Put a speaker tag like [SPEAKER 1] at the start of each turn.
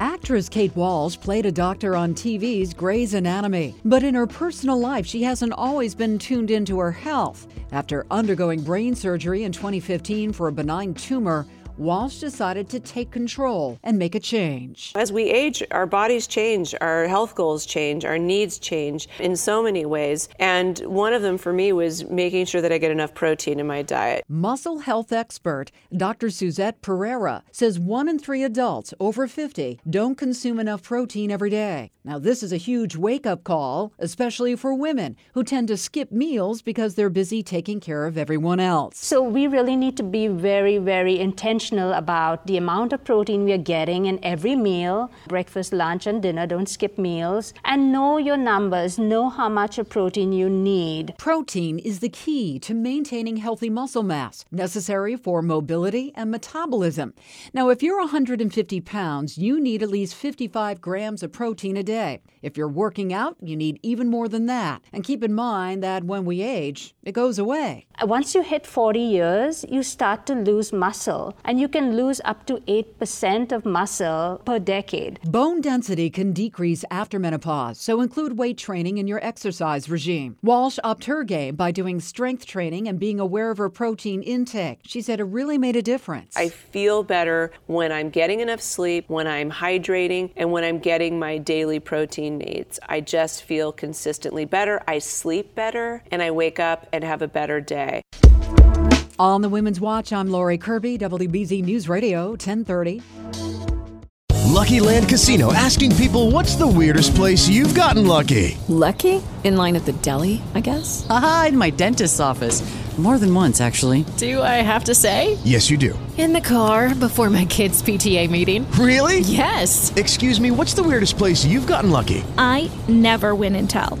[SPEAKER 1] Actress Kate Walsh played a doctor on TV's Grey's Anatomy, but in her personal life, she hasn't always been tuned into her health. After undergoing brain surgery in 2015 for a benign tumor, Walsh decided to take control and make a change.
[SPEAKER 2] As we age, our bodies change, our health goals change, our needs change in so many ways. And one of them for me was making sure that I get enough protein in my diet.
[SPEAKER 1] Muscle health expert Dr. Suzette Pereira says one in three adults over 50 don't consume enough protein every day. Now, this is a huge wake up call, especially for women who tend to skip meals because they're busy taking care of everyone else.
[SPEAKER 3] So, we really need to be very, very intentional about the amount of protein we are getting in every meal breakfast, lunch, and dinner. Don't skip meals. And know your numbers, know how much of protein you need.
[SPEAKER 1] Protein is the key to maintaining healthy muscle mass, necessary for mobility and metabolism. Now, if you're 150 pounds, you need at least 55 grams of protein a day. If you're working out, you need even more than that. And keep in mind that when we age, it goes away.
[SPEAKER 3] Once you hit 40 years, you start to lose muscle, and you can lose up to 8% of muscle per decade.
[SPEAKER 1] Bone density can decrease after menopause, so include weight training in your exercise regime. Walsh upped her game by doing strength training and being aware of her protein intake. She said it really made a difference.
[SPEAKER 2] I feel better when I'm getting enough sleep, when I'm hydrating, and when I'm getting my daily protein needs. I just feel consistently better. I sleep better, and I wake up and have a better day.
[SPEAKER 1] On the Women's Watch, I'm Lori Kirby, WBZ News Radio, 1030.
[SPEAKER 4] Lucky Land Casino asking people what's the weirdest place you've gotten lucky?
[SPEAKER 5] Lucky? In line at the deli, I guess?
[SPEAKER 1] Aha, in my dentist's office. More than once, actually.
[SPEAKER 6] Do I have to say?
[SPEAKER 4] Yes, you do.
[SPEAKER 7] In the car before my kids' PTA meeting.
[SPEAKER 4] Really?
[SPEAKER 7] Yes.
[SPEAKER 4] Excuse me, what's the weirdest place you've gotten lucky?
[SPEAKER 8] I never win and tell.